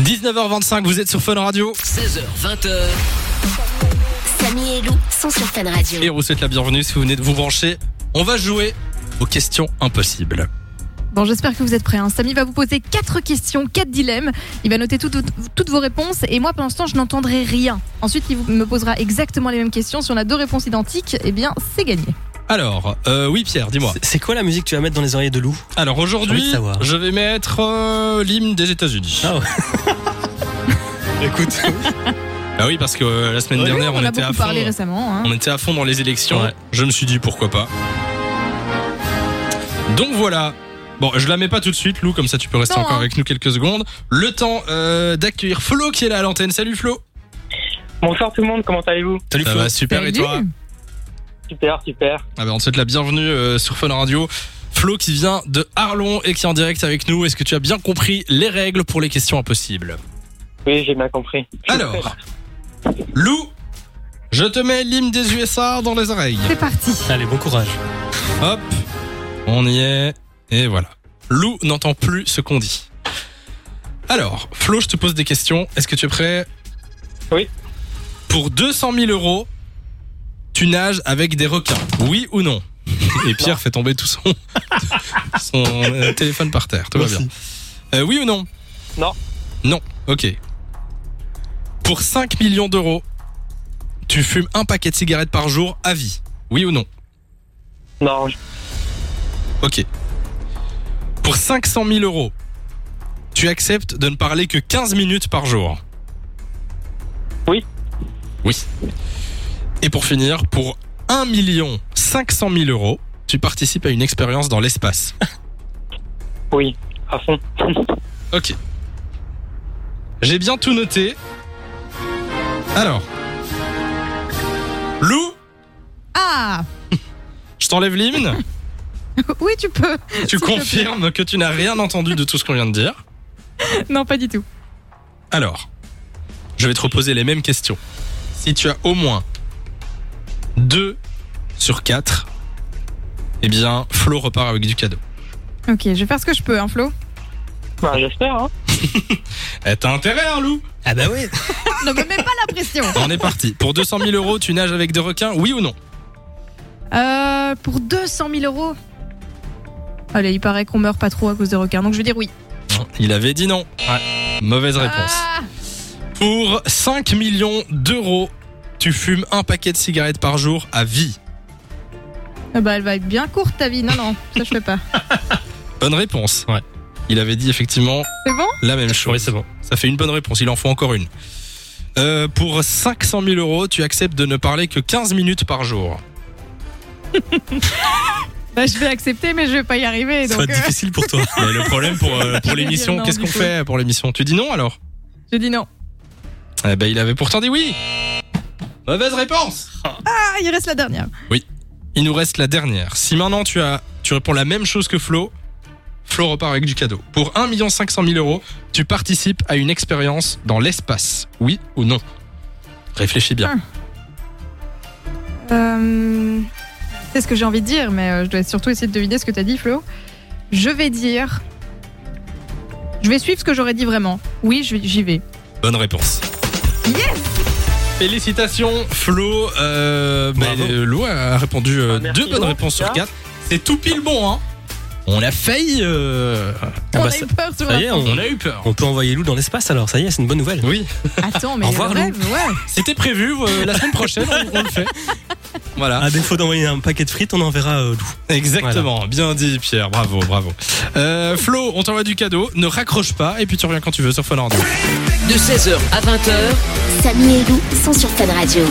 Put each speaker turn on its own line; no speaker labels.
19h25, vous êtes sur Fun Radio.
16h, 20h.
Samy et Lou sont sur Fun Radio.
Et on vous souhaite la bienvenue si vous venez de vous brancher. On va jouer aux questions impossibles.
Bon, j'espère que vous êtes prêts. hein. Samy va vous poser quatre questions, quatre dilemmes. Il va noter tout- tout- toutes vos réponses et moi, pour l'instant, je n'entendrai rien. Ensuite, il vous- me posera exactement les mêmes questions. Si on a deux réponses identiques, eh bien, c'est gagné.
Alors, euh, oui Pierre, dis-moi.
C'est- C'est quoi la musique que tu vas mettre dans les oreilles de loup
Alors
J'ai envie
aujourd'hui,
de savoir.
je vais mettre euh, l'hymne des États-Unis.
Ah Écoute.
Ah oui, parce que euh, la semaine
Oui,
dernière,
on,
on,
a
était à
beaucoup
fond.
parlé récemment. hein.
On était à fond dans les élections.
Ouais.
Je me suis dit pourquoi pas. Donc voilà. Bon, je la mets pas tout de suite, Lou, comme ça tu peux rester
Non,
encore
hein.
avec nous quelques secondes. Le temps euh, d'accueillir Flo qui est là à l'antenne. Salut Flo.
Bonsoir tout le monde, comment allez-vous
Salut
Ça
Flo.
va super et
Salut.
toi
Super, super.
ah ben, On te souhaite la bienvenue euh, sur Fun Radio. Flo qui vient de Arlon et qui est en direct avec nous. Est-ce que tu as bien compris les règles pour les questions impossibles
Oui, j'ai bien compris.
Alors, Lou, je te mets l'hymne des USA dans les oreilles.
C'est parti.
Allez, bon courage.
Hop, on y est, et voilà. Lou n'entend plus ce qu'on dit. Alors, Flo, je te pose des questions. Est-ce que tu es prêt
Oui.
Pour 200 000 euros, tu nages avec des requins, oui ou non Et Pierre fait tomber tout son, son euh, téléphone par terre, tout va bien.
Merci.
Euh, oui ou non
Non.
Non, ok. Pour 5 millions d'euros, tu fumes un paquet de cigarettes par jour à vie, oui ou non
Non, je-
Ok. Pour 500 000 euros, tu acceptes de ne parler que 15 minutes par jour
Oui.
Oui. Et pour finir, pour 1 million 500 000 euros, tu participes à une expérience dans l'espace.
oui, à fond.
Ok. J'ai bien tout noté. Alors. Lou,
Ah,
je t'enlève l'hymne.
oui, tu peux.
Tu
S'il te plaît.
confirmes que tu n'as rien entendu de tout ce qu'on vient de dire.
Non, pas du tout.
Alors, je vais te reposer les mêmes questions. Si tu as au moins 2 sur 4, eh bien, Flo repart avec du cadeau.
Ok, je vais faire ce que je peux, hein, Flo.
Bah, J'espère, hein.
Eh, t'as intérêt, hein, Lou
Ah bah oui.
ne me mets pas la pression.
On est parti. Pour 200 000 euros, tu nages avec des requins, oui ou non
Euh, pour 200 000 euros. Allez, il paraît qu'on meurt pas trop à cause des requins, donc je vais dire oui.
Il avait dit non. Mauvaise réponse.
Ah,
Pour 5 millions d'euros, tu fumes un paquet de cigarettes par jour à vie.
Ah bah, elle va être bien courte ta vie. Non, non, ça je fais pas.
Bonne réponse. Ouais. Il avait dit effectivement
C'est bon
la même chose.
Oui, c'est bon.
Ça fait une bonne réponse, il en faut encore une. Euh, pour 500 000 euros, tu acceptes de ne parler que 15 minutes par jour.
Bah, je vais accepter, mais je vais pas y arriver.
Ça va
Donc,
être
euh,
difficile pour toi.
Mais le problème pour, euh, pour
Je vais
l'émission,
dire non,
qu'est-ce
du
qu'on
coup.
fait pour l'émission Tu dis non alors
je dis non.
Eh ben il avait pourtant dit oui Mauvaise réponse
Ah, il reste la dernière.
Il nous reste la dernière. Si maintenant tu, as, tu réponds la même chose que Flo, Flo repart avec du cadeau. Pour 1 500 000 euros, tu participes à une expérience dans l'espace. Oui ou non Réfléchis bien.
Euh, c'est ce que j'ai envie de dire, mais euh, je dois surtout essayer de deviner ce que t'as dit, Flo. Je vais dire. Je vais suivre ce que j'aurais dit vraiment. Oui, je vais- j'y vais.
Bonne réponse.
Yes
Félicitations Flo, euh, bah,
Bravo.
euh, Lou a répondu euh,
Ah, merci,
deux bonnes
Lou.
réponses sur
Ah.
quatre. C'est tout pile bon hein. On a failli, euh,
On
bah,
a
ça-
eu peur sur
ça
la
y est,
on
on,
a eu peur.
on peut envoyer loup dans l'espace alors. Ça y est, c'est une bonne nouvelle.
Oui,
Attends, mais
Au
le
revoir, Lou.
rêve, ouais.
c'était prévu. euh, la semaine prochaine, on, on le fait. Voilà,
À défaut d'envoyer un paquet de frites, on enverra euh, loup.
Ah, exactement. Bien dit Pierre, bravo, bravo. Euh, Flo, on t'envoie du cadeau. Ne raccroche pas et puis tu reviens quand tu veux sur Fun Radio.
De 16h à 20h,
Samy et Lou sont sur Fun Radio.